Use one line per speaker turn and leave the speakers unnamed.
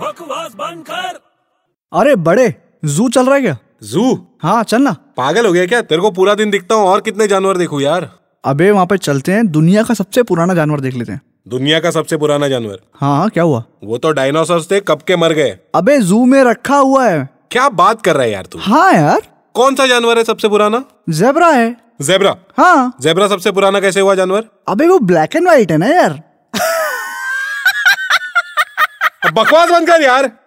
बकवास बंद कर
अरे बड़े जू चल रहा है क्या
जू
हाँ चल ना
पागल हो गया क्या तेरे को पूरा दिन दिखता हूँ और कितने जानवर देखूं यार
अबे वहाँ पे चलते हैं दुनिया का सबसे पुराना जानवर देख लेते हैं
दुनिया का सबसे पुराना जानवर
हाँ हाँ क्या हुआ
वो तो डायनासोर थे कब के मर गए
अबे जू में रखा हुआ है
क्या बात कर रहा है यार तू
हाँ यार
कौन सा जानवर है सबसे पुराना
जेबरा है
जेबरा
हाँ
जेबरा सबसे पुराना कैसे हुआ जानवर
अबे वो ब्लैक एंड व्हाइट है ना यार
बकवास बंद कर यार